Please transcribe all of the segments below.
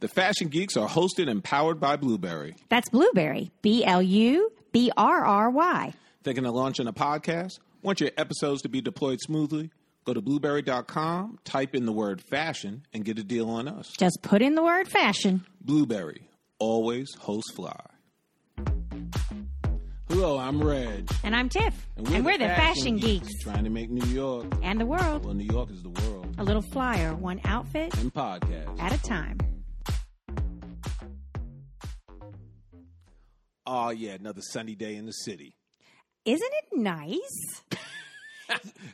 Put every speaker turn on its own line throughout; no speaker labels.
The Fashion Geeks are hosted and powered by Blueberry.
That's Blueberry, B L U B R R Y.
Thinking of launching a podcast? Want your episodes to be deployed smoothly? Go to blueberry.com, type in the word fashion, and get a deal on us.
Just put in the word fashion.
Blueberry, always host fly. Hello, I'm Reg.
And I'm Tiff. And we're, the, Fashion, Geeks.
Trying to make New York,
and the world
well, New York is the world,
a little flyer, one outfit
and podcast.
at a time.
Oh, yeah, another sunny day in the city.
Isn't it nice?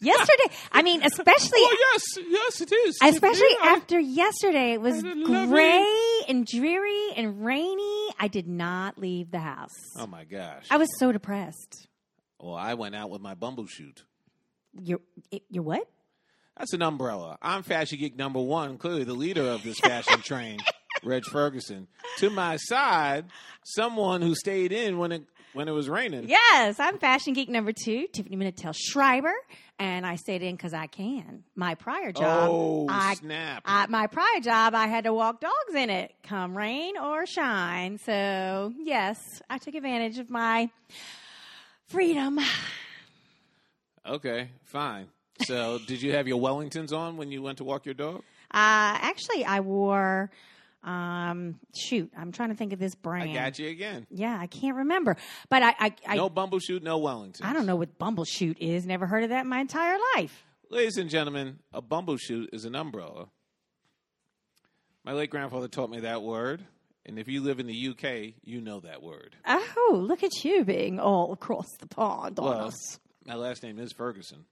Yesterday, I mean, especially
Oh, yes, yes, it is.
especially after yesterday, it was gray and dreary and rainy. I did not leave the house.
Oh, my gosh.
I was so depressed.
well, I went out with my bumble shoot.
You're, it- you're what?
That's an umbrella. I'm Fashion Geek number one, clearly the leader of this fashion train, Reg Ferguson. To my side, someone who stayed in when it when it was raining.
Yes, I'm fashion geek number two, Tiffany Minatel Schreiber, and I stayed in because I can. My prior job,
Oh
I,
snap!
I, my prior job, I had to walk dogs in it, come rain or shine. So yes, I took advantage of my freedom. Uh,
okay, fine. So, did you have your Wellingtons on when you went to walk your dog?
Uh, actually, I wore. Um, shoot, I'm trying to think of this brand.
I got you again.
Yeah, I can't remember, but I, I, I,
No bumble shoot, no Wellington.
I don't know what Bumbleshoot is. Never heard of that in my entire life.
Ladies and gentlemen, a bumble shoot is an umbrella. My late grandfather taught me that word, and if you live in the UK, you know that word.
Oh, look at you being all across the pond on
Well,
us.
my last name is Ferguson.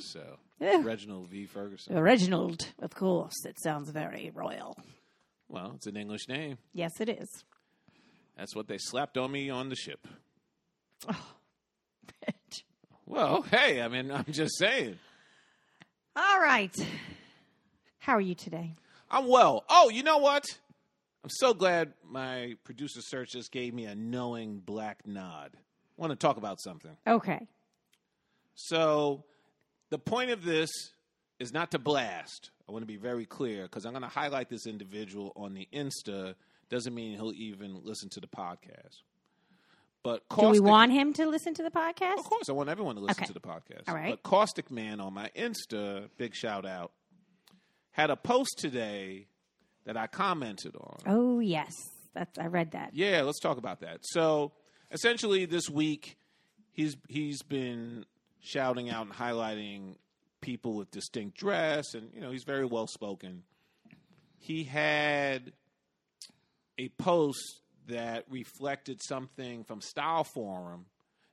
So
Mm. Yeah.
Reginald V. Ferguson.
Reginald, of course. It sounds very royal.
Well, it's an English name.
Yes, it is.
That's what they slapped on me on the ship. Well, hey, I mean, I'm just saying.
all right. How are you today?
I'm well. Oh, you know what? I'm so glad my producer search just gave me a knowing black nod. I want to talk about something.
Okay.
So, the point of this is not to blast. I want to be very clear because I'm going to highlight this individual on the Insta. Doesn't mean he'll even listen to the podcast. But
Do we
Caustic-
want him to listen to the podcast?
Of course, I want everyone to listen
Okay.
to the podcast.
All right.
But Caustic Man on my Insta, big shout out, had a post today that I commented on.
Oh, yes. That's I read that.
Yeah, let's talk about that. So essentially, this week he's he's been shouting out and highlighting people with distinct dress, and you know he's very well spoken. He had a post that reflected something from Style Forum,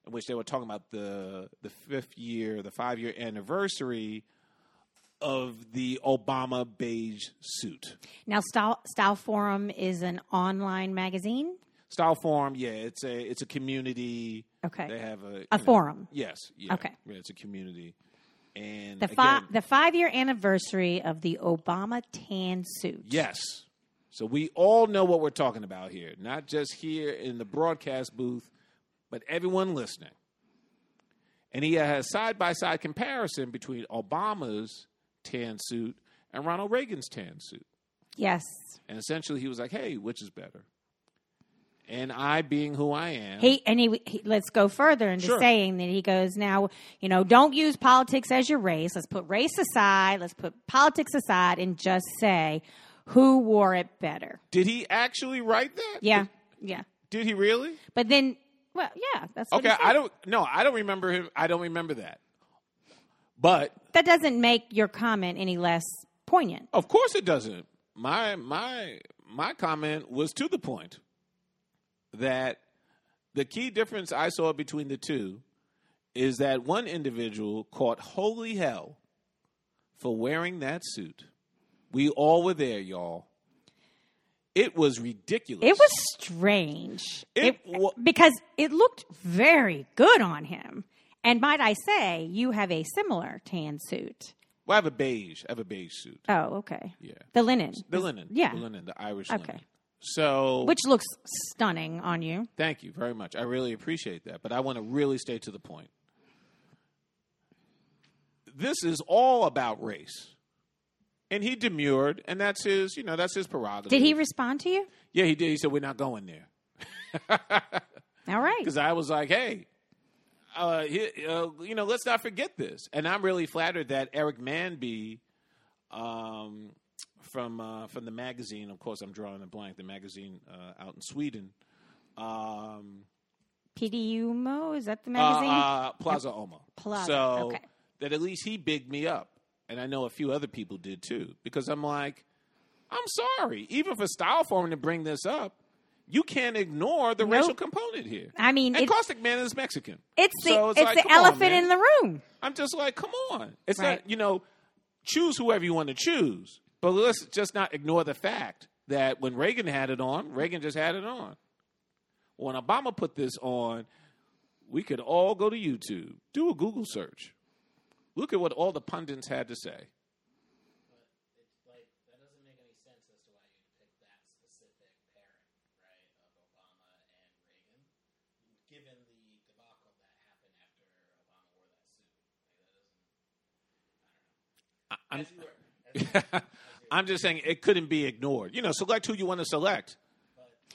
in which they were talking about the the fifth year, the five year anniversary of the Obama beige suit.
Now, Style, Style Forum is an online magazine.
Style Forum, yeah, it's a it's a community.
Okay.
They have a
A
you know,
forum.
Yes. Yeah.
Okay.
Yeah, it's a community. And
The, fi-
again,
the five year anniversary of the Obama tan suit.
yes. So we all know what we're talking about here, not just here in the broadcast booth, but everyone listening. And he has side by side comparison between Obama's tan suit and Ronald Reagan's tan suit.
Yes.
And essentially, he was like, "Hey, which is better?" And I, being who I am,
He and he, he let's go further into
Sure.
saying that he goes now. You know, don't use politics as your race. Let's put race aside. Let's put politics aside and just say who wore it better.
did he actually write that?
Yeah, yeah.
Did he really?
But then, well, yeah, that's what he
Okay,
said.
I don't. No, I don't remember him. I don't remember that. But
that doesn't make your comment any less poignant.
of course, it doesn't. My my my comment was to the point that the key difference I saw between the two is that one individual caught holy hell for wearing that suit. We all were there, y'all. It was ridiculous.
It was strange.
It wa-
because it looked very good on him. And might I say, you have a similar tan suit.
Well, I have a beige. I have a beige suit.
Oh, okay.
Yeah.
The linen.
The linen.
Yeah.
The linen. The Irish linen.
Okay.
So
which looks stunning on you.
Thank you very much. I really appreciate that, but I want to really stay to the point. This is all about race. and he demurred, and that's his, you know, that's his prerogative.
Did he respond to you?
yeah, he did. He said, "We're not going there,"
All right.
because I was like, "Hey, uh, he, uh, you know, let's not forget this." And I'm really flattered that Eric Manby, um, from uh, from the magazine, of course, I'm drawing a blank, the magazine uh, out in Sweden, um,
PDUMO, is that the
Uh,
magazine?
uh, Plaza Oma.
Plaza,
So
okay.
that at least he bigged me up, and I know a few other people did too. Because I'm like, I'm sorry, even for Styleform to bring this up, you can't ignore the racial component here.
I mean,
and
it-
Caustic Man is Mexican.
it's the
so
it's,
it's like,
the
come on,
elephant
man.
in the room.
I'm just like, come on, it's
Right.
not you know, choose whoever you want to choose, but let's just not ignore the fact that when Reagan had it on, Reagan just had it on. When Obama put this on, we could all go to YouTube, do a Google search, look at what all the pundits had to say.
like that doesn't make any sense as to why you'd pick that specific pairing, right, of Obama and Reagan, given the debacle that happened after Obama wore that suit. Like that doesn't. I don't know. as you were, as you were,
I'm just saying it couldn't be ignored. You know, select who you want to select.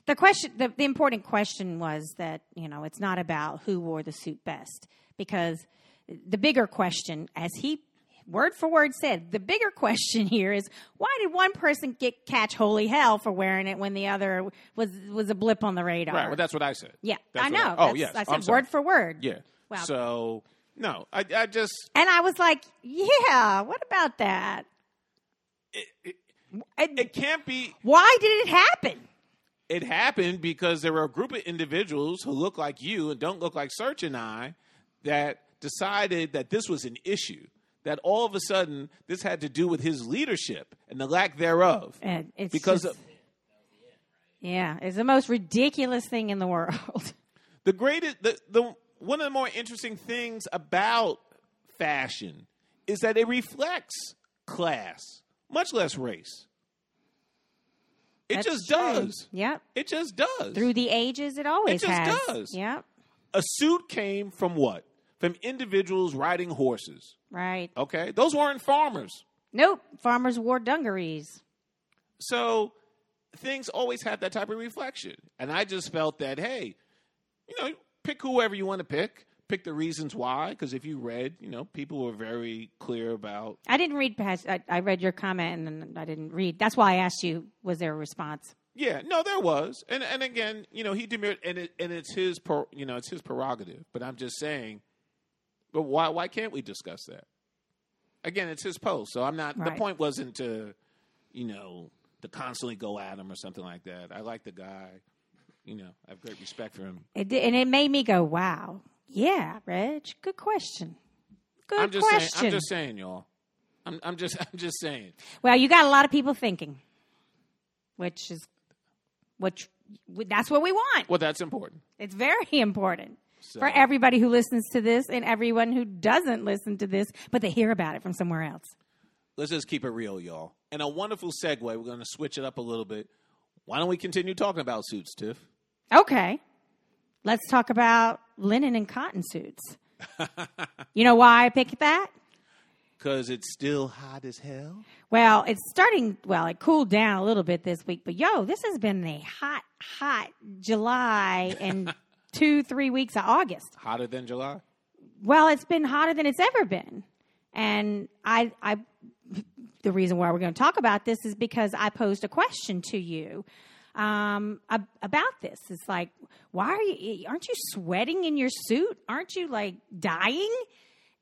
The question, the, the important question was that you know it's not about who wore the suit best because the bigger question, as he word for word said, the bigger question here is why did one person get catch holy hell for wearing it when the other was was a blip on the radar?
Right. Well, that's what I said.
yeah,
That's
I
what
know.
oh,
That's-
yes.
I
I'm
said
sorry.
word for word.
Yeah.
Wow.
So no, I, I just
and I was like, yeah, what about that? And
it can't be.
why did it happen?
it happened because there were a group of individuals who look like you and don't look like Search and I that decided that this was an issue. That all of a sudden this had to do with his leadership and the lack thereof.
And it's
because
just-
of-
yeah, it's the most ridiculous thing in the world.
the greatest, the, the one of the more interesting things about fashion is that it reflects class, much less race. It
That's
just
true.
does.
Yep.
It just does.
Through the ages, it always
just
has.
does.
Yep.
a suit came from what? From individuals riding horses.
Right.
Okay, those weren't farmers.
Nope. Farmers wore dungarees.
So things always have that type of reflection. And I just felt that, hey, you know, pick whoever you want to pick. Pick the reasons why, because if you read, you know, people were very clear about.
I didn't read past. I, I read your comment and then I didn't read. That's why I asked you. Was there a response?
Yeah, no, there was, and and again, you know, he demurred, and it, and it's his, per, you know, it's his prerogative. But I'm just saying, but why why can't we discuss that? Again, it's his post, so I'm not. The
Right.
point wasn't to, you know, to constantly go at him or something like that. I like the guy, you know, I have great respect for him.
It did, and it made me go, "Wow, yeah, Reg, good question. Good
I'm just
question."
saying. I'm just saying, y'all. I'm I'm just I'm just saying.
Well, you got a lot of people thinking, which is, which that's what we want.
Well, that's important.
It's very important for
So-
everybody who listens to this and everyone who doesn't listen to this, but they hear about it from somewhere else.
let's just keep it real, y'all. And a wonderful segue. We're going to switch it up a little bit. Why don't we continue talking about suits, Tiff?
Okay. Let's talk about linen and cotton suits. you know why I picked that?
Because it's still hot as hell.
Well, it's starting, well, it cooled down a little bit this week, but yo, this has been a hot, hot July and two, three weeks of August.
Hotter than July.
Well, it's been hotter than it's ever been. And I, I, the reason why we're going to talk about this is because I posed a question to you um, ab- about this. It's like, why are you, aren't you sweating in your suit? Aren't you like dying?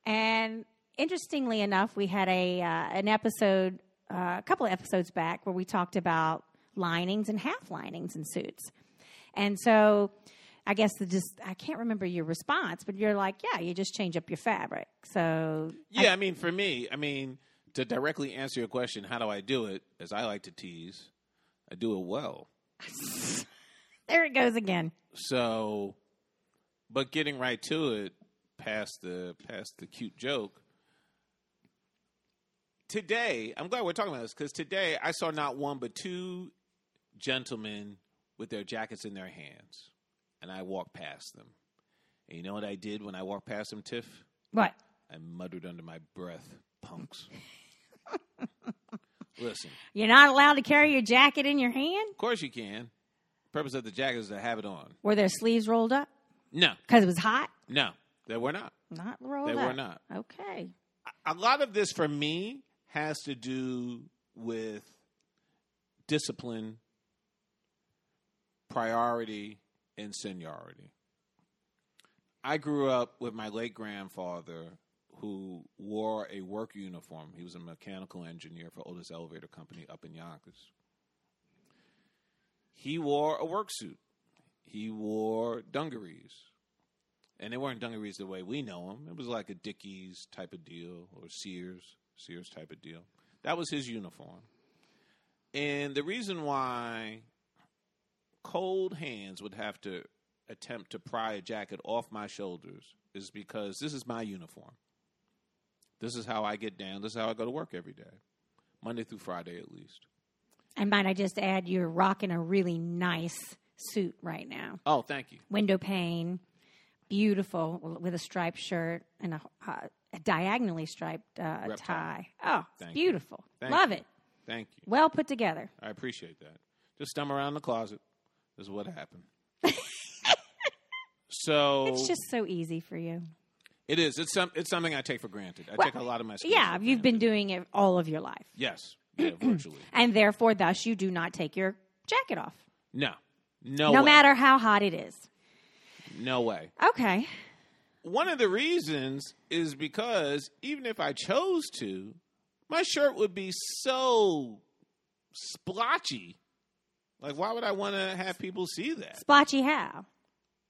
And interestingly enough, we had a, uh, an episode, uh, a couple of episodes back where we talked about linings and half linings in suits. And so I guess the just I can't remember your response, but you're like, yeah, you just change up your fabric. So
Yeah, I, mean, for me, I mean, to directly answer your question, how do I do it? As I like to tease, I do it well.
there it goes again.
So, but getting right to it, past the past the cute joke. Today, I'm glad we're talking about this because today I saw not one but two gentlemen with their jackets in their hands, and I walked past them. And you know what I did when I walked past them, Tiff?
What?
I muttered under my breath, "Punks." Listen,
You're not allowed to carry your jacket in your hand
of course you can. Purpose of the jacket is to have it on.
were their sleeves rolled up
No,
because it was hot.
no, they were not.
Not rolled
They
up.
were not.
Okay.
a lot of this for me has to do with discipline, priority, and seniority. I grew up with my late grandfather who wore a work uniform. He was a mechanical engineer for Otis Elevator Company up in Yonkers. He wore a work suit. He wore dungarees and they weren't dungarees the way we know them. It was like a Dickies type of deal or Sears, Sears type of deal. That was his uniform. And the reason why cold hands would have to attempt to pry a jacket off my shoulders is because this is my uniform. This is how I get down. This is how I go to work every day, Monday through Friday at least.
And might I just add, you're rocking a really nice suit right now.
Oh, thank you.
Window pane, beautiful w- with a striped shirt and a, uh, a diagonally striped uh,
Rep tie.
tie. Oh, it's
Thank you.
beautiful.
Thank
Love
you.
it.
Thank you.
Well put together.
I appreciate that. Just thumb around the closet is what happened. so
It's just so easy for you.
it is. It's some it's something I take for granted. I
Well,
take a lot of my skills
Yeah,
for granted.
you've been doing it all of your life.
yes, yeah, virtually.
And therefore, thus, you do not take your jacket off,
No, no,
no
way.
matter how hot it is.
no way.
Okay.
One of the reasons is because even if I chose to, my shirt would be so splotchy. Like, why would I want to have people see that?
Splotchy how?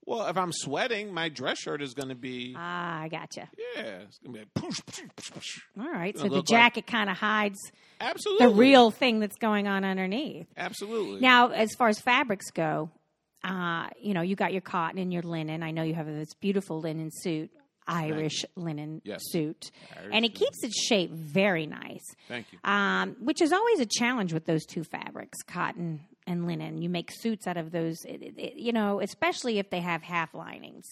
Well, if I'm sweating, my dress shirt is going to be
Ah, I gotcha.
yeah, it's going to be like poosh, poosh, poosh, poosh.
All right.
It
So the
look like-
jacket kind of hides
Absolutely.
the real thing that's going on underneath.
Absolutely.
Now, as far as fabrics go, uh, you know, you got your cotton and your linen. I know you have this beautiful linen suit, Irish linen
Yes.
suit.
Irish
and it
linen.
keeps its shape very nice.
Thank you.
um, which is always a challenge with those two fabrics, cotton and linen. You make suits out of those, it, it- it- you know, especially if they have half linings.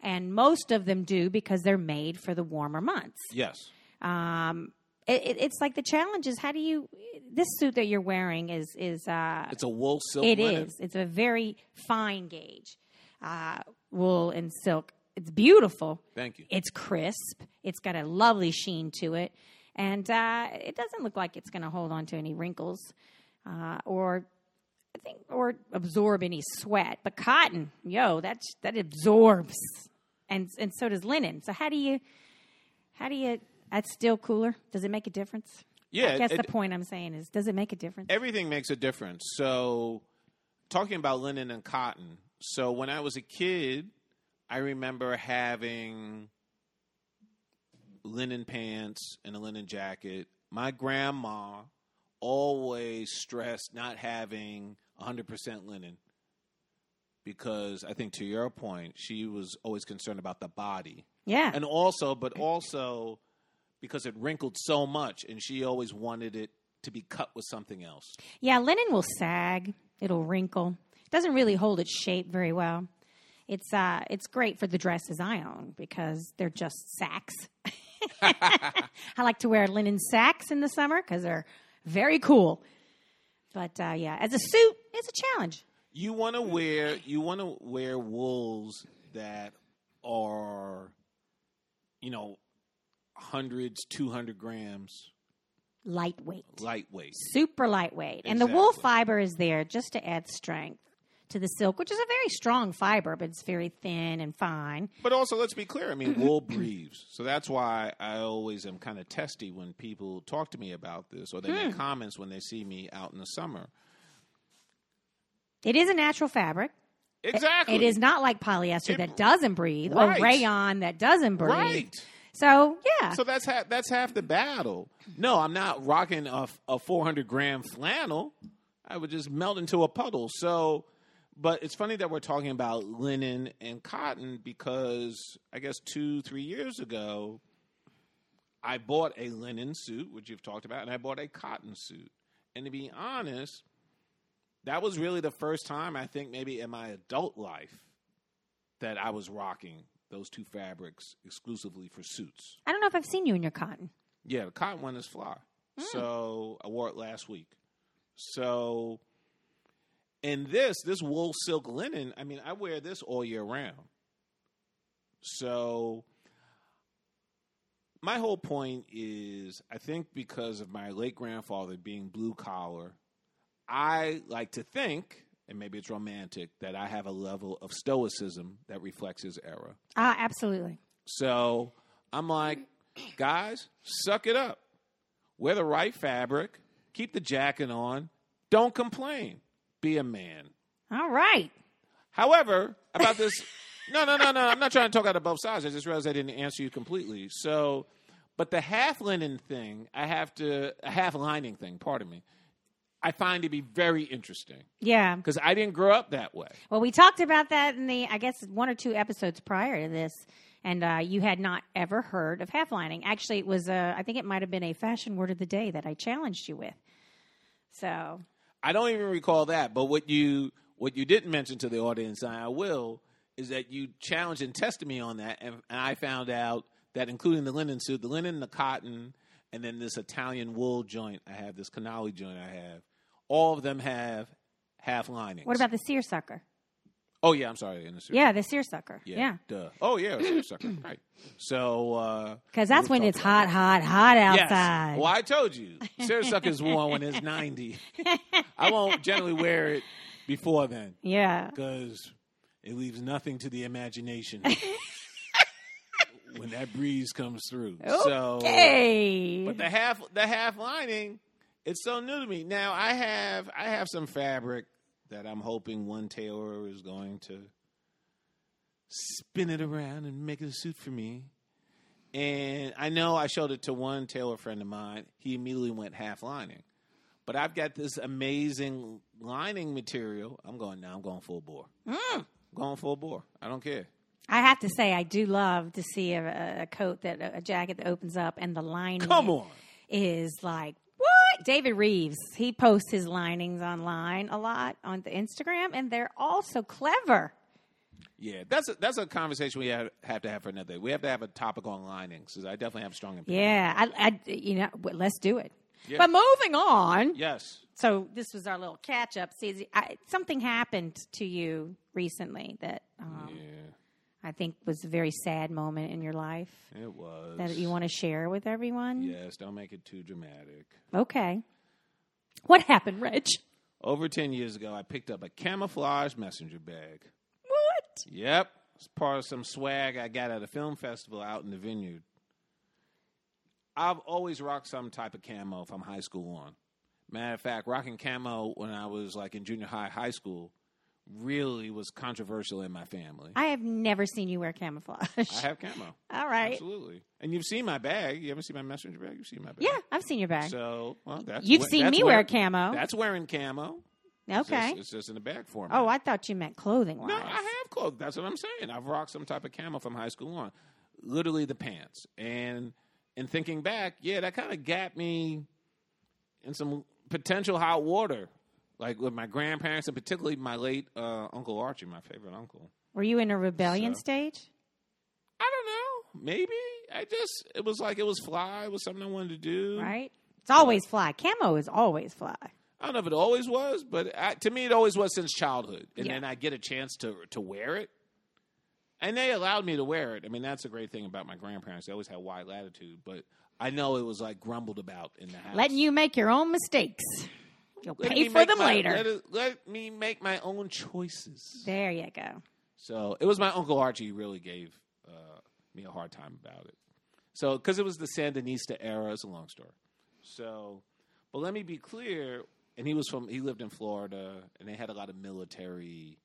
And most of them do because they're made for the warmer months.
Yes.
Um, it, it, it's like the challenge is how do you this suit that you're wearing is is uh,
It's a wool silk
it
linen.
is. It's a very fine gauge uh, wool and silk. It's beautiful.
Thank you.
It's crisp. It's got a lovely sheen to it, and uh, it doesn't look like it's going to hold on to any wrinkles, uh, or I think, or absorb any sweat. But cotton, yo, that that absorbs, and and so does linen. So how do you, how do you? That's still cooler. Does it make a difference?
yeah.
I guess
it-
the point I'm saying is, does it make a difference?
everything makes a difference. So, talking about linen and cotton. So, when I was a kid, I remember having linen pants and a linen jacket. My grandma always stressed not having 100% linen because I think, to your point, she was always concerned about the body.
yeah.
and also but also because it wrinkled so much and she always wanted it to be cut with something else
Yeah, linen will sag. It'll wrinkle. It doesn't really hold its shape very well. It's uh, it's great for the dresses I own because they're just sacks. I like to wear linen sacks in the summer because they're very cool. But uh, yeah, as a suit, it's a challenge.
you want to wear you want to wear wools that are you know hundreds 200 grams
Lightweight,
lightweight
super lightweight, and the wool
Exactly.
fiber is there just to add strength to the silk, which is a very strong fiber, but it's very thin and fine.
but also let's be clear i mean wool breathes so that's why i always am kind of testy when people talk to me about this or they
Hmm.
make comments when they see me out in the summer
It is a natural fabric.
exactly
It is not like polyester
It-
that doesn't breathe
Right.
or rayon that doesn't breathe.
right
So yeah,
So that's half, that's half the battle. No, I'm not rocking a, a 400 gram flannel. I would just melt into a puddle. So, but it's funny that we're talking about linen and cotton because I guess two, three years ago, I bought a linen suit, which you've talked about, and I bought a cotton suit. And to be honest, that was really the first time I think maybe in my adult life that I was rocking those two fabrics exclusively for suits.
I don't know if I've seen you in your cotton.
Yeah, the cotton one is fly. So I wore it last week. So, and this this wool silk linen. I mean, I wear this all year round. So, my whole point is, I think because of my late grandfather being blue collar, I like to think, and maybe it's romantic, that I have a level of stoicism that reflects his era.
Ah, absolutely.
So I'm like, guys, suck it up. Wear the right fabric. Keep the jacket on. Don't complain. Be a man.
All right.
However, about this, no, no, no, no. I'm not trying to talk out of both sides. I just realized I didn't answer you completely. So, but the half linen thing, I have to, a half lining thing, pardon me, I find to be very interesting
Yeah.
because I didn't grow up that way.
Well, we talked about that in the, I guess, one or two episodes prior to this, and uh, you had not ever heard of half lining. Actually, it was, uh, I think it might have been a fashion word of the day that I challenged you with. So,
I don't even recall that. But what you what you didn't mention to the audience, and I will, is that you challenged and tested me on that, and, and I found out that including the linen suit, the linen, the cotton, and then this Italian wool joint I have, this canali joint I have, all of them have half linings.
what about the seersucker?
Oh yeah, I'm sorry, in the suit.
Yeah, the seersucker. Yeah.
Duh. Oh yeah, it was a sucker. right. So uh,
Because that's
We
when
were
it's hot,
talking
hot, hot outside.
Yes. Well, I told you, Sarasucker's worn when it's 90. I won't generally wear it before then
Yeah.
because it leaves nothing to the imagination when that breeze comes through. So,
Okay.
but the half the half lining, it's so new to me. Now I have I have some fabric that I'm hoping one tailor is going to spin it around and make it a suit for me. And I know I showed it to one tailor friend of mine. He immediately went half lining. But I've got this amazing lining material. I'm going now. I'm going full bore. Mm. Going full bore. I don't care.
I have to say, I do love to see a, a coat that a jacket that opens up and the lining.
Come on.
is like what David Reeves. He posts his linings online a lot on the Instagram, and they're all so clever.
Yeah, that's a, that's a conversation we have, have to have for another day. We have to have a topic on linings because I definitely have strong opinions.
Yeah, I, I you know, w- let's do it.
Yeah.
But moving on.
Yes.
So this was our little catch up. See, I, something happened to you recently that um,
Yeah,
I think was a very sad moment in your life
it was.
that you want to share with everyone.
yes, don't make it too dramatic.
Okay. What happened, Reg?
Over ten years ago, I picked up a camouflage messenger bag.
What?
Yep, it's part of some swag I got at a film festival out in the vineyard. I've always rocked some type of camo from high school on. Matter of fact, rocking camo when I was like in junior high, high school, really was controversial in my family.
I have never seen you wear camouflage.
I have camo.
all right.
Absolutely. And you've seen my bag. You haven't seen my messenger bag? You've seen my bag.
Yeah, I've seen your bag.
So, well, that's
You've
wea-
seen
that's
me wear camo.
That's wearing camo. It's just-
okay.
It's just, in the bag form.
oh, I thought you meant clothing wise.
No, I have clothes. That's what I'm saying. I've rocked some type of camo from high school on. Literally the pants. And and thinking back, yeah, that kind of got me in some potential hot water. Like with my grandparents and particularly my late uh, Uncle Archie, my favorite uncle.
Were you in a rebellion
So-
stage?
I don't know. Maybe I just it was like it was fly. It was something I wanted to do.
Right. It's always fly. Camo is always fly.
I don't know if it always was, but I, to me it always was since childhood. And
Yeah.
then I get a chance to to wear it, and they allowed me to wear it. I mean, that's a great thing about my grandparents. They always had wide latitude, but I know it was like grumbled about in the house.
Letting you make your own mistakes. You'll
Let
pay
me
for
make
them
my-
later.
Let, it- let me make my own choices.
there you go.
So it was my uncle Archie who really gave uh, me a hard time about it. So because it was the Sandinista era, it's a long story. So, but let me be clear. And he was from he lived in Florida, and they had a lot of military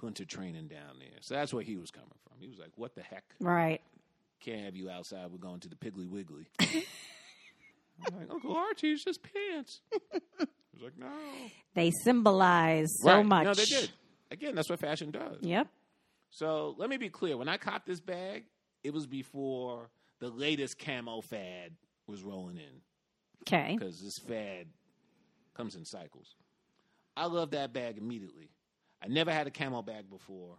hunter training down there. So that's where he was coming from. He was like, "What the heck?
Right.
Can't have you outside. We're going to the Piggly Wiggly." I'm like, "Uncle Archie, it's just pants." He's like, "No,
They symbolize so
Right.
much.
No, they did. Again, that's what fashion does.
Yep.
So let me be clear. When I caught this bag, it was before the latest camo fad was rolling in
Okay.
because this fad comes in cycles. I loved that bag immediately. I never had a camo bag before,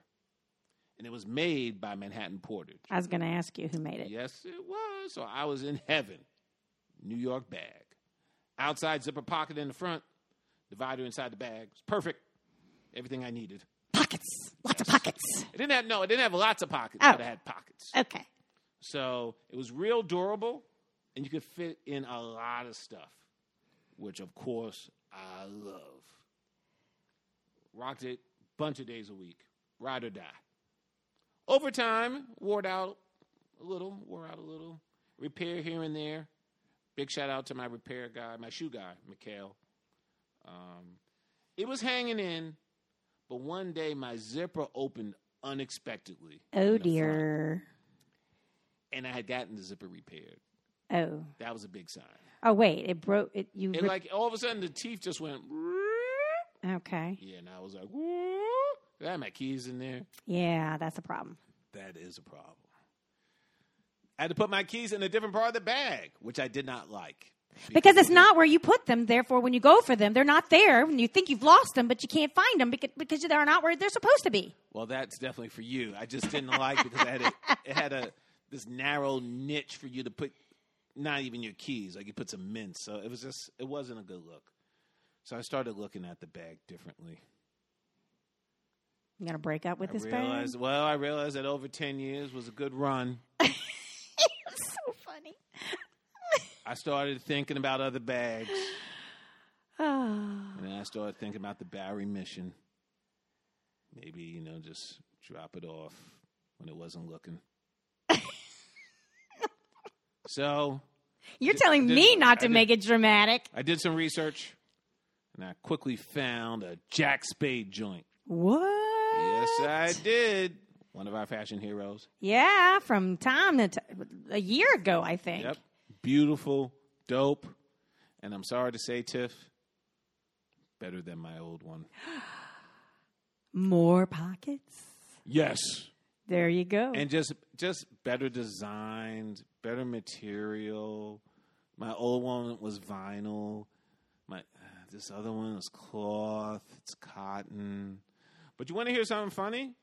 and it was made by Manhattan Portage.
I was going to ask you who made it.
Yes, it was. So I was in heaven. New York bag. Outside zipper pocket in the front, divider inside the bag. It's perfect. Everything I needed.
Pockets. Lots of pockets.
It didn't have no. It didn't have lots of pockets,
Oh.
but it had pockets.
Okay.
So it was real durable, and you could fit in a lot of stuff, which of course I love. Rocked it bunch of days a week, ride or die. Over time, wore it out a little, wore out a little. Repair here and there. Big shout out to my repair guy, my shoe guy, Mikhail. Um, it was hanging in, but one day my zipper opened unexpectedly. in
Oh
the front
dear.
and I had gotten the zipper repaired.
Oh.
That was a big sign.
Oh wait, it broke it you
It
rip-
like all of a sudden the teeth just went.
Okay.
Yeah, and I was like, "Whoop." I had my keys in there.
Yeah, that's a problem.
That is a problem. I had to put my keys in a different part of the bag, which I did not like
Because it's not where you put them, therefore when you go for them, they're not there and you think you've lost them, but you can't find them because, because they're not where they're supposed to be.
Well, that's definitely for you. I just didn't like because I had a, it had a this narrow niche for you to put not even your keys, like you put some mints. So it was just it wasn't a good look. So I started looking at the bag differently.
You gonna break up with
I
this
realized,
bag?
Well, I realized that over 10 years was a good run.
so funny.
I started thinking about other bags,
Oh.
and then I started thinking about the Bowery mission. Maybe, you know, just drop it off when it wasn't looking. so
You're
did-
telling
I did-
me not
I
to
did-
make it dramatic.
I did some research, and I quickly found a Jack Spade joint.
What?
Yes, I did. One of our fashion heroes.
Yeah, from time to t- a year ago, I think.
Yep. Beautiful, dope, and I'm sorry to say, Tiff, better than my old one.
More pockets.
Yes.
There you go.
And just just better designed, better material. My old one was vinyl. My this other one is cloth. It's cotton. But you want to hear something funny?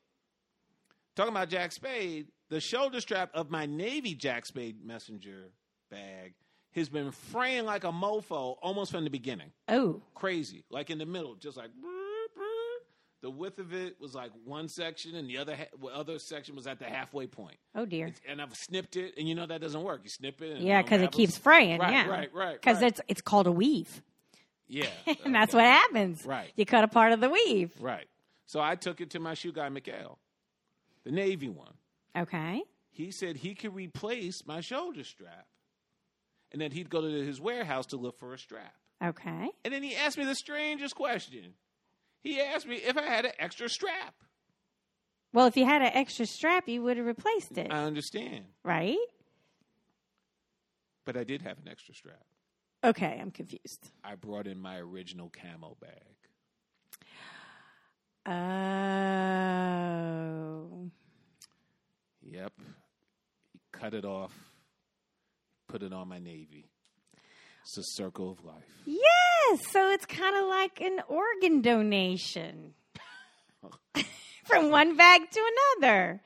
Talking about Jack Spade, the shoulder strap of my Navy Jack Spade messenger bag has been fraying like a mofo almost from the beginning
oh,
crazy, like in the middle, just like brr, brr. the width of it was like one section, and the other ha- well, other section was at the halfway point.
oh dear.
It's- and I've snipped it, and you know that doesn't work. You snip it, and
Yeah,
don't
because it
have a-
keeps fraying.
Right,
yeah,
right, right,
Because
right.
it's it's called a weave,
yeah,
and that's what happens.
Right.
You cut a part of the weave.
right. So I took it to my shoe guy, Mikhail, the Navy one.
Okay.
He said he could replace my shoulder strap, and then he'd go to his warehouse to look for a strap.
Okay.
And then he asked me the strangest question. He asked me if I had an extra strap.
Well, if you had an extra strap, you would have replaced it,
I understand,
right?
but I did have an extra strap.
Okay, I'm confused.
I brought in my original camo bag.
Oh.
Yep. Cut it off, put it on my Navy. It's a circle of life.
Yes, so it's kind of like an organ donation from one bag to another.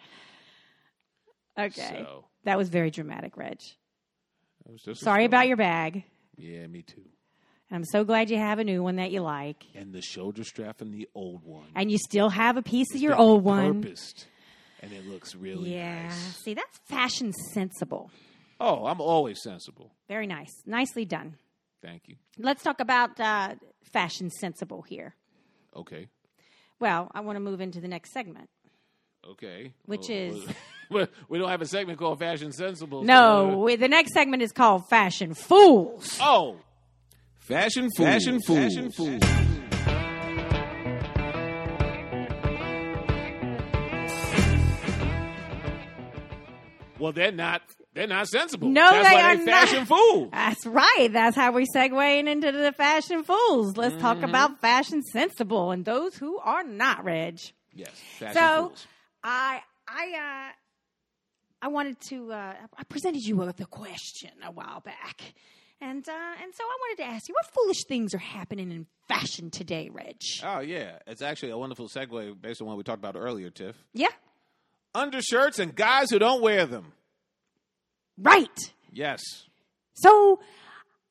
Okay.
So
That was very dramatic, Reg.
it was just a
Sorry
story.
about your bag.
Yeah, me too.
And I'm so glad you have a new one that you like.
And the shoulder strap from the old one.
And you still have a piece of
It's
your
been
old one.
repurposed, And it looks really
yeah.
nice.
See, that's fashion sensible.
Oh, I'm always sensible.
Very nice. Nicely done.
Thank you.
Let's talk about uh, fashion sensible here.
Okay.
Well, I want to move into the next segment.
Okay.
Which is-
well, we don't have a segment called Fashion Sensible. so- uh,
No, we, the next segment is called Fashion Fools.
Oh. Fashion fools. Fashion fools. Fashion fools. Well, they're not. They're not sensible.
No,
That's
they
why
are
they're
not.
fashion fools.
That's right. That's how we're segueing into the fashion fools. Let's
Mm-hmm.
talk about fashion sensible and those who are not, Reg.
Yes, fashion
so
fools.
I I uh I wanted to uh I presented you with a question a while back. And uh and so I wanted to ask you what foolish things are happening in fashion today, Reg?
Oh yeah, it's actually a wonderful segue based on what we talked about earlier, Tiff.
yeah.
Undershirts and guys who don't wear them.
Right.
Yes.
So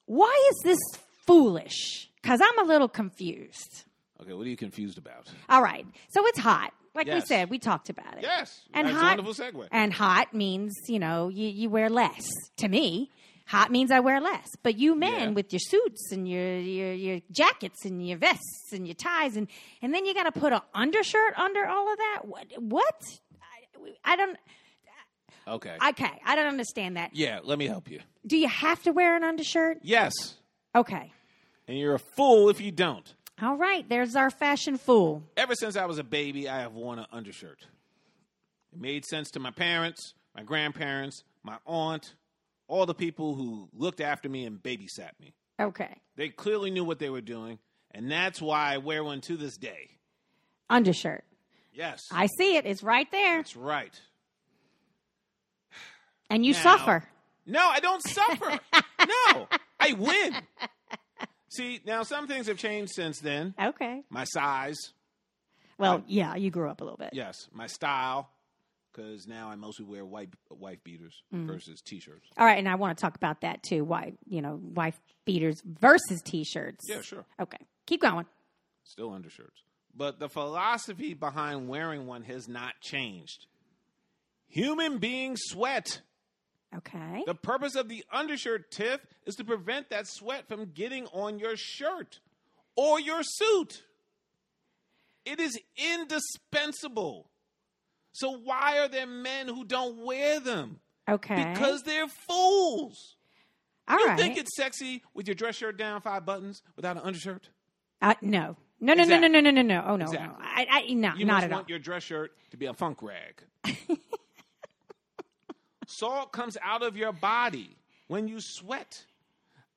why is this foolish? Because I'm a little confused.
Okay, what are you confused about?
All right. So it's hot. Like
Yes.
we said, we talked about it.
Yes,
And
that's
hot-
a wonderful segue.
And hot means, you know, you, you wear less. To me, hot means I wear less. But you men
Yeah.
with your suits and your, your your jackets and your vests and your ties and and then you got to put an undershirt under all of that. What? What? I, I don't.
okay,
Okay, I don't understand that.
yeah, let me help you.
Do you have to wear an undershirt?
Yes,
Okay.
and you're a fool if you don't.
All right. There's our fashion fool.
Ever since I was a baby, I have worn an undershirt. It made sense to my parents, my grandparents, my aunt, all the people who looked after me and babysat me.
Okay.
They clearly knew what they were doing, and that's why I wear one to this day.
Undershirt.
Yes,
I see it. It's right there.
that's right.
And you
Now-
suffer.
No, I don't suffer. no, I win. See, now some things have changed since then.
Okay.
My size,
Well, yeah, you grew up a little bit.
yes, my style, because now I mostly wear white wife beaters versus t-shirts.
All right, and I want to talk about that too. Why, you know, wife beaters versus t-shirts.
Yeah, sure.
Okay. Keep going.
Still undershirts. But the philosophy behind wearing one has not changed. Human beings sweat.
Okay.
The purpose of the undershirt, Tiff, is to prevent that sweat from getting on your shirt or your suit. It is indispensable. So, why are there men who don't wear them?
Okay.
Because they're fools.
All
you
right.
think it's sexy with your dress shirt down, five buttons, without an undershirt?
uh, no. No, no,
Exactly.
no, no, no, no, no, no. Oh no, no.
Exactly.
I, I no,
You
not
must
at all.
want your dress shirt to be a funk rag. Salt comes out of your body when you sweat.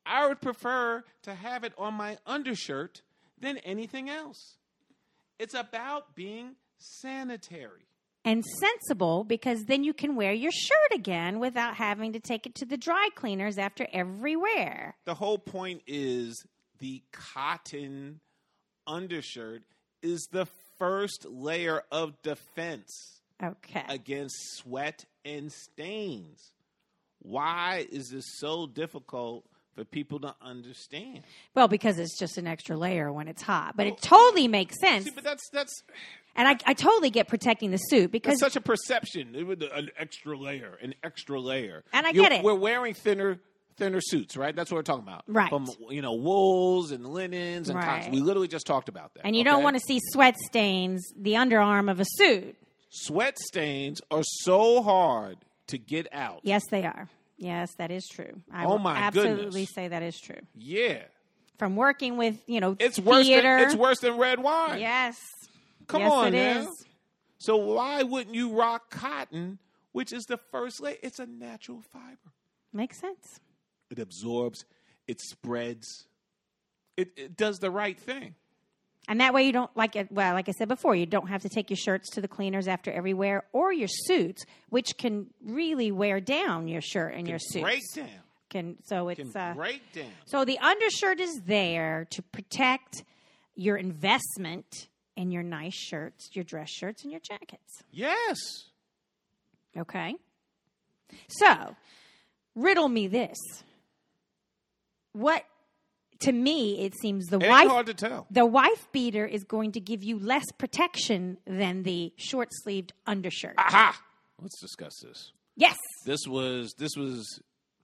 I would prefer to have it on my undershirt than anything else. It's about being sanitary.
and sensible because then you can wear your shirt again without having to take it to the dry cleaners after every wear.
The whole point is the cotton undershirt is the first layer of defense.
Okay.
against sweat and stains. Why is this so difficult for people to understand?
well, because it's just an extra layer when it's hot, but it totally makes sense.
See, but that's that's
and I, I totally get protecting the suit
that's
because
such a perception. It would- An extra layer, an extra layer.
And I
You-
get it.
We're wearing thinner thinner suits, right? That's what we're talking about.
Right.
From you know wools and linens and
Right.
cottons. We literally just talked about that.
and you don't
okay?
want to see sweat stains the underarm of a suit.
sweat stains are so hard to get out.
Yes, they are. Yes, that is true. I
Oh
will
my
absolutely
goodness.
say that is true.
Yeah.
From working with, you know,
It's worse
theater.
than, it's worse than red wine.
Yes.
Come
yes,
on,
it
now.
is.
So why wouldn't you rock cotton, which is the first layer? It's a natural fiber.
Makes sense.
It absorbs, it spreads, it, it does the right thing.
And that way you don't like it. Well, like I said before, you don't have to take your shirts to the cleaners after every wear or your suits, which can really wear down your shirt and your suits.
Breakdown.
Can so
Can
it's uh,
break down.
so the undershirt is there to protect your investment in your nice shirts, your dress shirts, and your jackets.
Yes.
Okay. So, riddle me this: What to me it seems the
It ain't
wife
hard to tell.
the wife beater is going to give you less protection than the short sleeved undershirt.
Aha! Let's discuss this.
Yes.
This was this was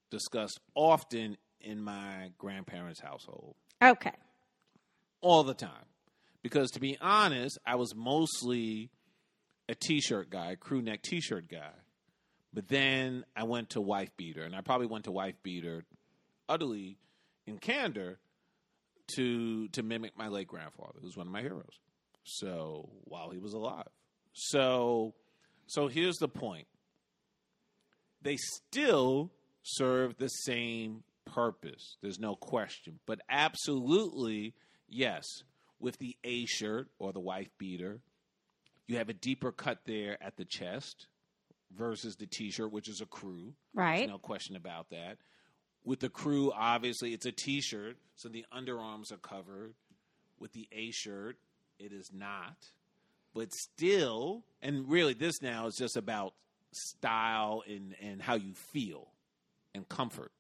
discussed often in my grandparents' household.
Okay.
all the time. Because to be honest, I was mostly a t shirt guy, crew neck t shirt guy. But then I went to wife beater, and I probably went to wife beater utterly in candor to to mimic my late grandfather, who's one of my heroes. So while he was alive. So so here's the point. They still serve the same purpose. There's no question. But absolutely, yes, with the A shirt or the wife beater, you have a deeper cut there at the chest versus the t shirt, which is a crew.
Right.
There's no question about that. With the crew, obviously, it's a t shirt, so the underarms are covered. With the A shirt, it is not. But still, and really, this now is just about style and, and how you feel and comfort.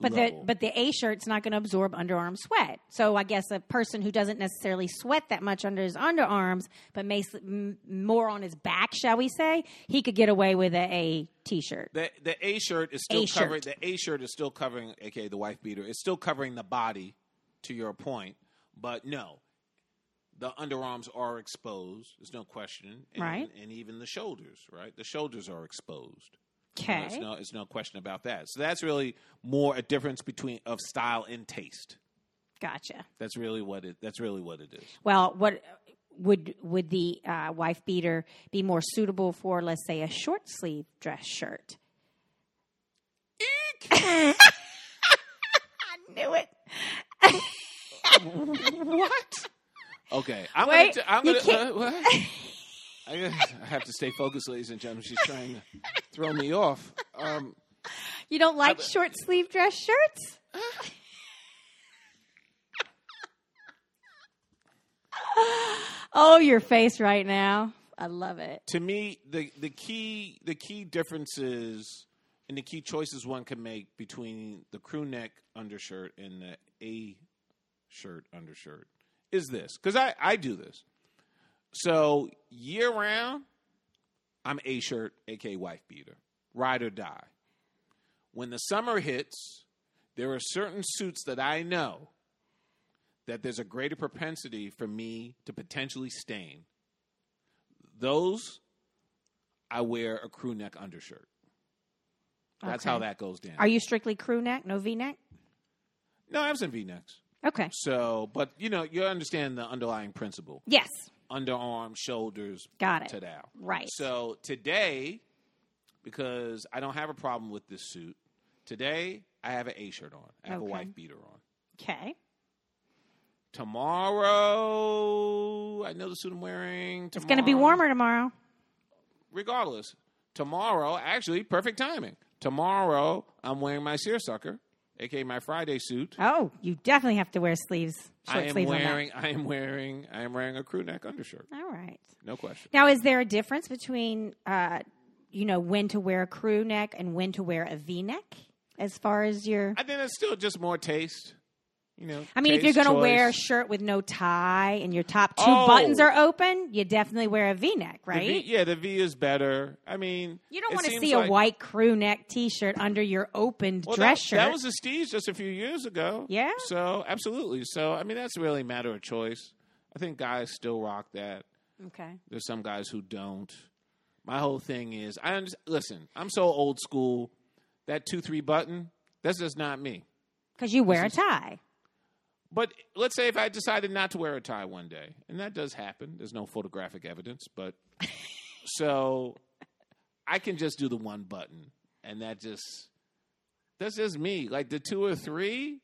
But
level.
the but the A shirt's not going to absorb underarm sweat. So I guess a person who doesn't necessarily sweat that much under his underarms, but makes it m- more on his back, shall we say, he could get away with a, a t-shirt.
the the A shirt is still
A shirt.
covering the A shirt is still covering, aka the wife beater. It's still covering the body, to your point. But no, the underarms are exposed. There's no question, and,
Right.
And even the shoulders, right? The shoulders are exposed. You know,
Okay.
It's no, it's no question about that. So that's really more a difference between of style and taste.
Gotcha.
That's really what it. That's really what it is.
Well, what would would the uh, wife beater be more suitable for? Let's say a short sleeve dress shirt. I knew it.
what? Okay, I'm gonna.
Wait,
T- I'm
you
gonna.
can't-
uh, what? I, guess I have to stay focused, ladies and gentlemen. She's trying to throw me off. Um,
You don't like short sleeve dress shirts? oh, your face right now. I love it.
to me, the the key the key differences and the key choices one can make between the crew neck undershirt and the A shirt undershirt is this because I I do this. So year round, I'm A shirt, aka wife beater, ride or die. When the summer hits, there are certain suits that I know that there's a greater propensity for me to potentially stain. Those I wear a crew neck undershirt. That's
Okay.
how that goes down.
Are you strictly crew neck, no V neck?
no, I have some V necks.
Okay.
So, but you know, you understand the underlying principle:
Yes.
underarm, shoulders,
Got it.
ta-da.
Right.
So today, because I don't have a problem with this suit, today I have an A shirt on. I have
Okay.
a wife beater on.
Okay.
Tomorrow, I know the suit I'm wearing. Tomorrow,
It's going to be warmer tomorrow.
Regardless, tomorrow, actually, perfect timing. Tomorrow, I'm wearing my seersucker, aka my Friday suit.
Oh, you definitely have to wear sleeves. Short
I am
sleeves
wearing. I am wearing. I am wearing a crew neck undershirt.
on that. All right.
No question.
Now, is there a difference between, uh, you know, when to wear a crew neck and when to wear a V neck? As far as your,
I think that's still just more taste. You know.
I mean, if you're
taste,
going to
choice.
wear a shirt with no tie and your top two
Oh.
buttons are open, you definitely wear a V neck,
The
right?
V, yeah, the V is better. I mean,
you
it
don't want to
seems
see
like-
a white crew neck T-shirt under your opened
well,
dress
that,
shirt.
That was a Steve's just a few years ago.
Yeah.
So absolutely. So I mean, that's really a matter of choice. I think guys still rock that.
okay.
There's some guys who don't. My whole thing is, I under, listen. I'm so old school. That two three button. That's just not me.
Because you wear a tie.
But let's say if I decided not to wear a tie one day, and that does happen. There's no photographic evidence, but so I can just do the one button, and that just that's just me. Like the two or three,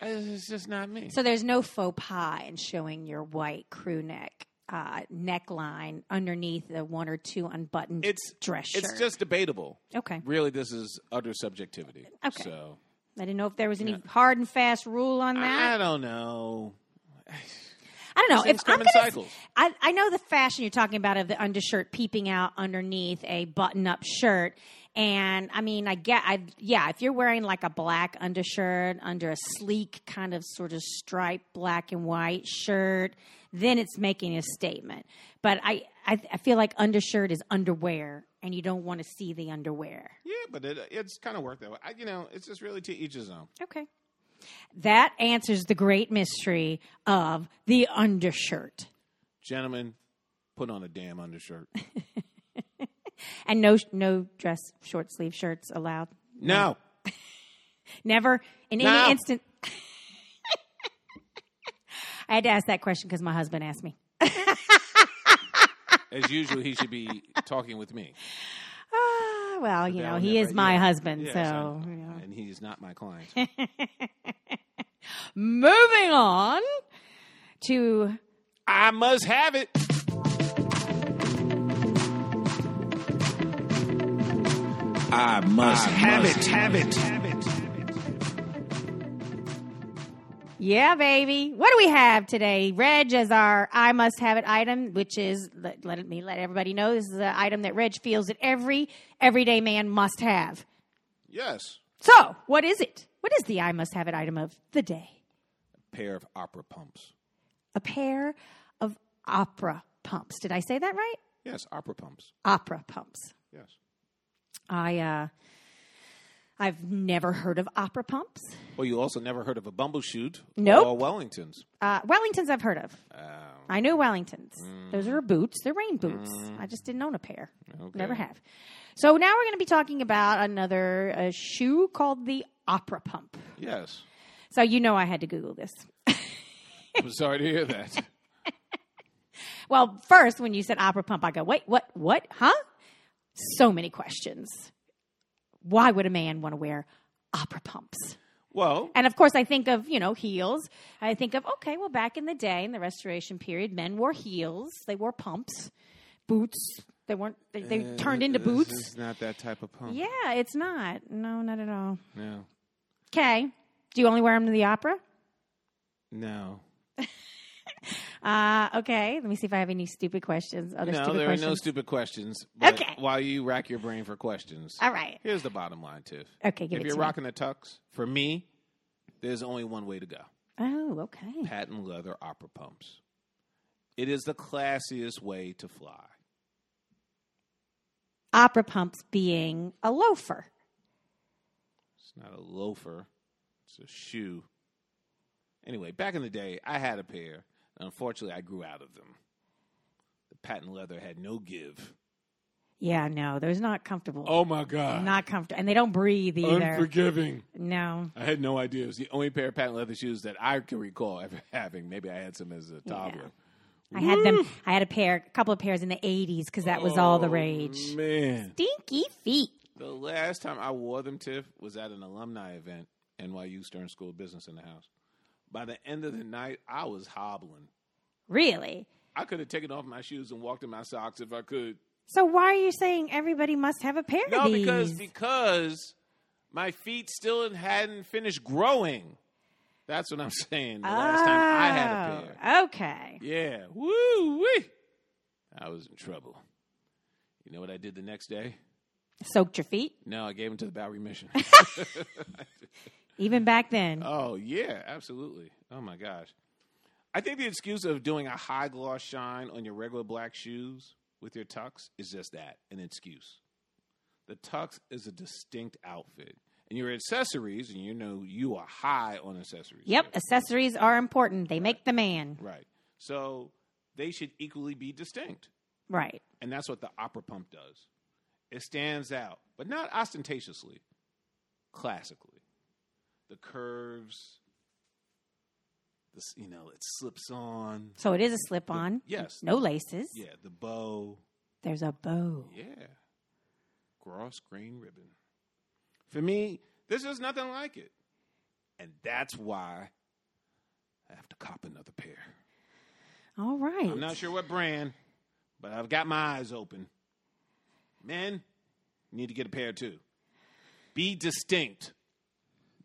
eh, it's just not me.
So there's no faux pas in showing your white crew neck uh, neckline underneath the one or two unbuttoned
It's-
dress shirt.
it's just debatable.
okay.
Really, this is utter subjectivity.
Okay.
So
I didn't know if there was any hard and fast rule on
I, I
that.
don't know.
I, don't know.
Things
Oh, If I'm
come in
gonna,
cycles.
I, I know the fashion you're talking about of the undershirt peeping out underneath a button-up shirt, and I mean, I get, I yeah, if you're wearing like a black undershirt under a sleek kind of sort of striped black and white shirt, then it's making a statement. But I, I, I feel like undershirt is underwear, and you don't want to see the underwear.
Yeah, but it, it's kind of worked that way. I, you know, it's just really to each his own.
Okay. That answers the great mystery of the undershirt.
Gentlemen, put on a damn undershirt.
And no no dress short sleeve shirts allowed.
no.
Never in
No.
any instant. I had to ask that question because my husband asked me.
As usual, he should be talking with me.
Ah, well, you
that
know,
one
he
never-
is my
yeah.
husband,
Yes,
so
I-
you know.
and he's not my client.
moving on to
I must have it.
I must have it.
have it, have it.
Yeah, baby. What do we have today? Reg is our I must have it item, which is let, let me let everybody know this is an item that Reg feels that every everyday man must have.
Yes.
So, what is it? What is the I must have it item of the day?
Pair of opera pumps.
A pair of opera pumps. Did I say that right?
Yes, opera pumps.
Opera pumps.
Yes.
I uh I've never heard of opera pumps.
Well, you also never heard of a bumbleshoot
Nope.
or Wellingtons. Uh,
Uh, Wellingtons I've heard of. I know Wellingtons. Those are boots. They're rain boots. I just didn't own a pair. Never have. So now we're going to be talking about another uh, shoe called the opera pump.
Yes.
So you know I had to Google this.
I'm sorry to hear that.
Well, first when you said opera pump, I go, wait, what, what, huh? So many questions. Why would a man want to wear opera pumps?
Well,
And of course, I think of, you know, heels. I think of, okay, well, back in the day, in the restoration period, men wore heels, they wore pumps, boots. They weren't, they, they
Uh,
turned into boots.
It's not that type of pump.
Yeah, it's not. No, not at all.
No.
Okay. Do you only wear them to the opera?
No.
Uh, okay. Let me see if I have any stupid questions. Other
no,
stupid
there
questions.
are no stupid questions. But
Okay.
While you rack your brain for questions,
all right.
here's the bottom line, Tiff.
Okay, give
if
it
you're
to me.
rocking the tux, for me, there's only one way to go
Oh, okay.
patent leather opera pumps. It is the classiest way to fly.
Opera pumps being a loafer.
It's not a loafer, it's a shoe. Anyway, back in the day, I had a pair. and Unfortunately, I grew out of them. The patent leather had no give.
Yeah, no, those not comfortable.
Oh my God.
Not comfortable. And they don't breathe either.
Unforgiving.
no.
I had no idea. It was the only pair of patent leather shoes that I can recall ever having. Maybe I had some as a toddler.
I had
Mm.
them. I had a pair, a couple of pairs in the '80s because that was all the rage.
Oh, Man.
Dinky feet.
The last time I wore them, Tiff, was at an alumni event, NYU Stern School of Business in the house. By the end of the night, I was hobbling.
Really?
I could have taken off my shoes and walked in my socks if I could.
So why are you saying everybody must have a pair
No,
of these?
because because my feet still hadn't finished growing. That's what I'm saying. The last time I had a pair.
Oh, Okay.
Yeah. Woo wee. I was in trouble. You know what I did the next day?
Soaked your feet
No, I gave them to the Bowery Mission.
even back then.
oh yeah, absolutely. Oh my gosh. I think the excuse of doing a high gloss shine on your regular black shoes with your tux is just that, an excuse. The tux is a distinct outfit. And your accessories, and you know you are high on accessories.
yep. Accessories are important. They make the man.
Right. So they should equally be distinct.
Right.
and that's what the opera pump does. It stands out, but not ostentatiously, classically. The curves, this you know, it slips on.
So it is a slip-on.
Yes.
No laces.
Yeah, the bow.
There's a bow.
Yeah. Gross green ribbon. For me, this is nothing like it. And that's why I have to cop another pair.
All right.
I'm not sure what brand, but I've got my eyes open. Men, you need to get a pair too. Be distinct.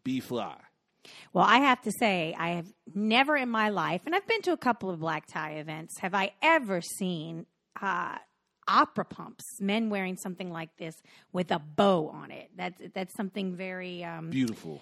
Be fly.
Well, I have to say, I have never in my life, and I've been to a couple of black tie events, have I ever seen uh, opera pumps, men wearing something like this with a bow on it. That's that's something very. Um,
Beautiful.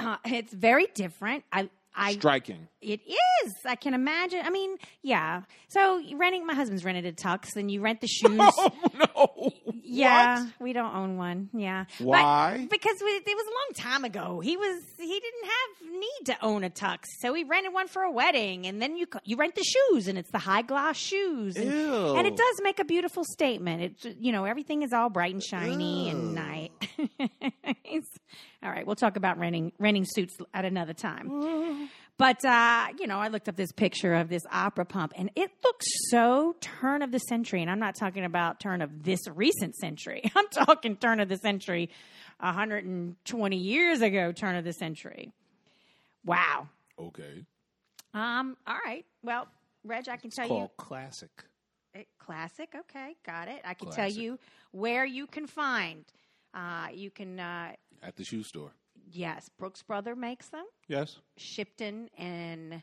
uh, it's very different. I I
Striking.
it is. I can imagine. I mean, yeah. So renting my husband's rented a tux, and you rent the shoes.
Oh, no.
Yeah, we don't own one. Yeah. But-
Why?
because we, it was a long time ago. He was he didn't have need to own a tux, so he rented one for a wedding, and then you co- you rent the shoes, and it's the high gloss shoes, and,
Ew.
and it does make a beautiful statement. It's you know everything is all bright and shiny and nice. all right, we'll talk about renting renting suits at another time. But uh, you know, I looked up this picture of this opera pump, and it looks so turn of the century. And I'm not talking about turn of this recent century. I'm talking turn of the century, 120 years ago, turn of the century. Wow.
Okay.
Um. All right. Well, Reg, I can tell you.
Called classic.
Eh, Classic. Okay, got it. I can
Classic.
tell you where you can find. Uh, you can. Uh,
At the shoe store.
yes, Brooks Brother makes them.
Yes.
Shipton and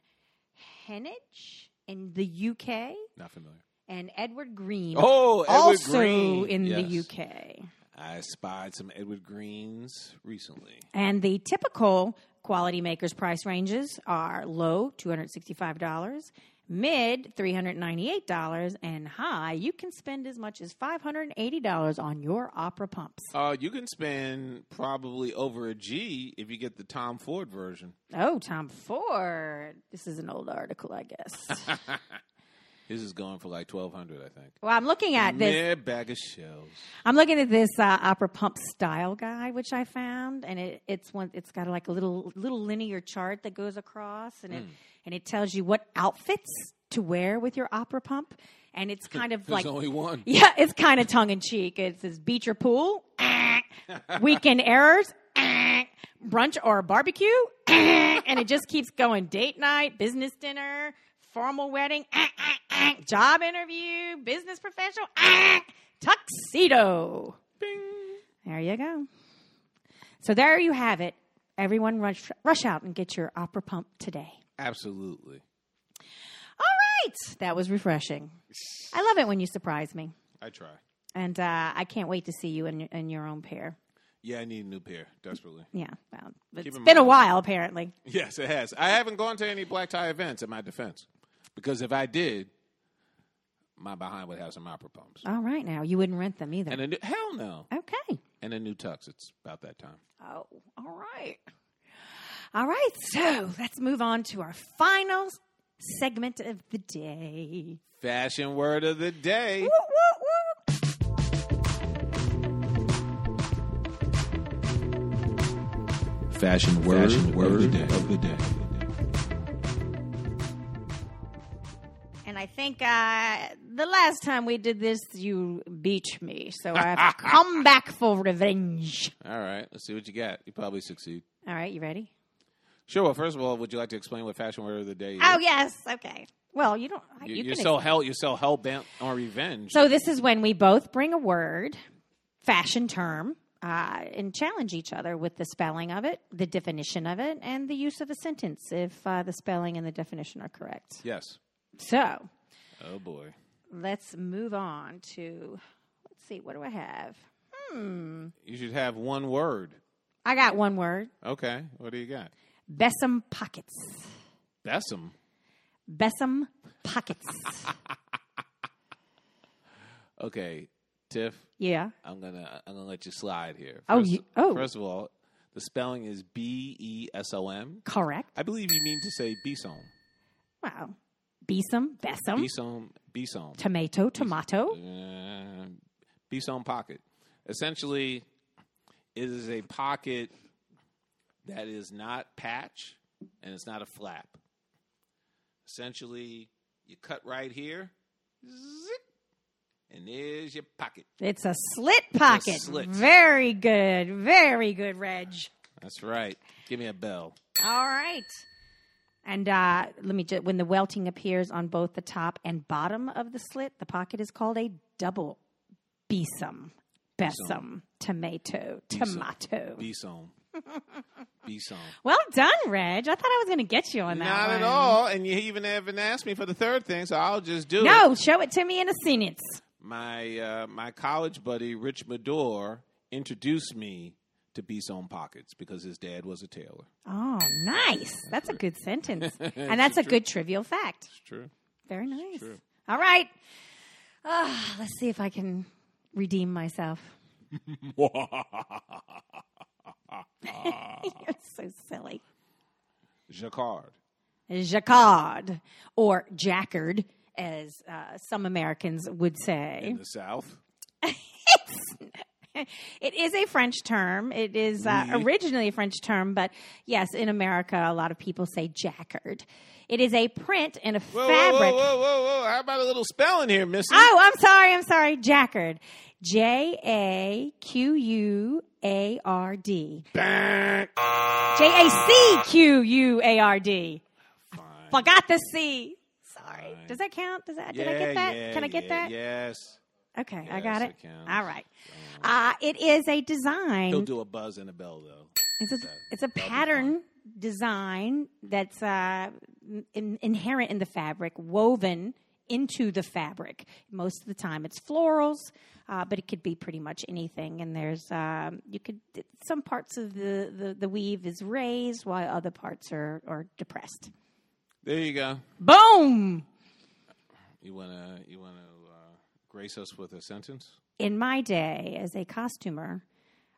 Henage in the UK,
Not familiar.
and Edward Green.
Oh, Edward
also
Green.
in
Yes.
the UK.
I spied some Edward Greens recently.
And the typical quality makers price ranges are low $265, mid $398, and high you can spend as much as $580 on your opera pumps.
Uh, you can spend probably over a G if you get the Tom Ford version.
Oh, Tom Ford. This is an old article, I guess.
His is going for like twelve hundred, I think.
well, I'm looking at this
Mere bag of shells.
I'm looking at this uh, opera pump style guide, which I found, and it, it's one. It's got like a little little linear chart that goes across,
Hmm.
and it and it tells you what outfits to wear with your opera pump, and it's kind of
There's
like
only one.
yeah, it's kind of tongue in cheek. It says beach or pool, eh. weekend errors, eh. brunch or barbecue, eh. and it just keeps going. Date night, business dinner, formal wedding, eh, eh, eh. job interview, business professional, eh. tuxedo. There you go. So there you have it. Everyone rush, rush out and get your opera pump today.
Absolutely.
All right. That was refreshing. I love it when you surprise me.
I try.
And uh, I can't wait to see you in, in your own pair.
Yeah, I need a new pair desperately.
Yeah, well, it's
in
been
mind-
a while apparently.
Yes, it has. I haven't gone to any black tie events in my defense because if I did, my behind would have some opera pumps
All right, now you wouldn't rent them either.
and a new hell no
okay.
and a new tux. It's about that time.
Oh, all right. All right. So let's move on to our final segment of the day.
Fashion word of the day.
Woo, woo, woo.
Fashion word, word of the day. Of the day.
And I think uh, the last time we did this, you beat me, so I have to come back for revenge.
All right, let's see what you got. You probably succeed.
All right, you ready?
Sure. Well, first of all, would you like to explain what fashion word of the day is?
Oh yes. Okay. Well, you don't. You,
You,
can
are so hell. You're so hell bent on revenge.
So this is when we both bring a word, fashion term, uh, and challenge each other with the spelling of it, the definition of it, and the use of a sentence if uh, the spelling and the definition are correct.
yes.
So
Oh boy.
let's move on to let's see, what do I have?
You should have one word.
I got one word:
Okay. What do you got?
besom pockets.
Besom.
Besom pockets.
Okay, Tiff.
yeah.
I'm gonna I'm gonna let you slide here.
Oh, you- oh.
First of all, the spelling is B E S O M.
Correct.
I believe you mean to say besom.
Wow. Besom, besom,
Besom. Besom.
tomato, tomato.
Uh, besom pocket. Essentially, it is a pocket that is not patch and it's not a flap. Essentially, you cut right here, zip, and there's your pocket.
It's a slit pocket.
slit.
Very good. Very good, Reg.
That's right. Give me a bell.
All right. And uh, let me just, when the welting appears on both the top and bottom of the slit, the pocket is called a double besom. Besom. Tomato. Tomato.
Besom. Besom.
Well done, Reg. I thought I was going to get you on that.
Not at
one.
all. And you even haven't asked me for the third thing, so I'll just do it.
No, show it to me in a sentence.
My uh, my college buddy Rich Mador introduced me to Besom Pockets because his dad was a tailor.
Oh, nice. That's a good sentence. And that's a good trivial fact.
It's true.
Very nice. All right. Ah, let's see if I can redeem myself. You're so silly.
Jacquard.
Jacquard or Jackard, as uh, some Americans would say.
In the South.
It is a French term. It is uh,
Oui.
originally a French term, but yes, in America, a lot of people say Jackard. It is a print and a
Whoa, whoa,
fabric.
whoa, whoa, whoa, whoa. How about a little spelling here, Missy?
Oh, I'm sorry. I'm sorry. Jackard. J A Q U A R D.
Bang.
Oh, J A C Q U A R D.
Fine.
Forgot the C. Sorry.
Fine.
Does that count? Does that? Did I
Yeah,
get that?
yeah,
Can I get
yeah,
that? Mm-hmm.
Yes.
Okay, I got
Yes,
it.
it counts.
All right. Uh, it is a design.
He'll do a buzz and a bell, though.
It's a, it's a pattern design that's uh, in, inherent in the fabric, woven into the fabric. Most of the time, it's florals, uh, but it could be pretty much anything. And there's um, you could some parts of the, the the weave is raised while other parts are are depressed.
There you go.
Boom!
You wanna you wanna uh, grace us with a sentence?
in my day as a costumer,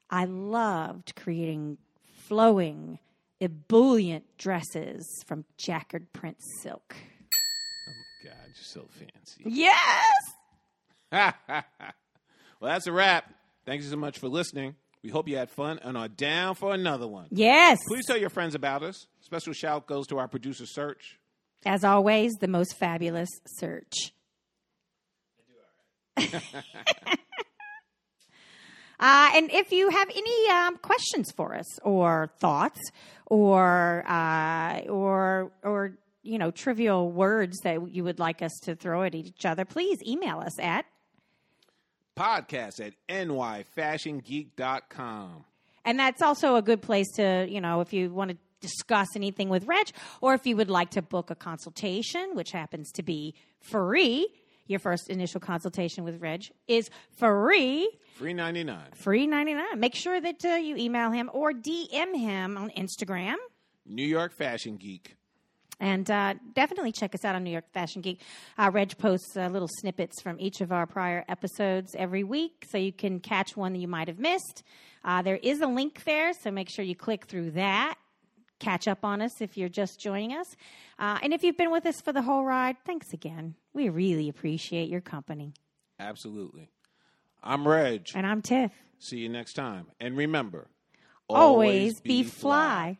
I loved creating flowing, ebullient dresses from jacquard print silk.
Oh, God, you're so fancy.
Yes!
well, that's a wrap. Thank you so much for listening. We hope you had fun and are down for another one.
Yes!
Please tell your friends about us. Special shout goes to our producer Search.
As always, the most fabulous search. Uh, and if you have any um, questions for us, or thoughts, or uh, or or you know trivial words that you would like us to throw at each other, please email us at
Podcast at nyfashiongeek.com.
And that's also a good place to, you know, if you want to discuss anything with Reg, or if you would like to book a consultation, which happens to be free. Your first initial consultation with Reg is free,
Free 99.
free 99. Make sure that uh, you email him or DM him on Instagram.
New York Fashion Geek.
And uh, definitely check us out on New York Fashion Geek. Uh, Reg posts uh, little snippets from each of our prior episodes every week, so you can catch one that you might have missed. Uh, there is a link there, so make sure you click through that. Catch up on us if you're just joining us. Uh, and if you've been with us for the whole ride, thanks again. We really appreciate your company.
Absolutely. I'm Reg.
And I'm Tiff.
See you next time. And remember,
Always, be fly.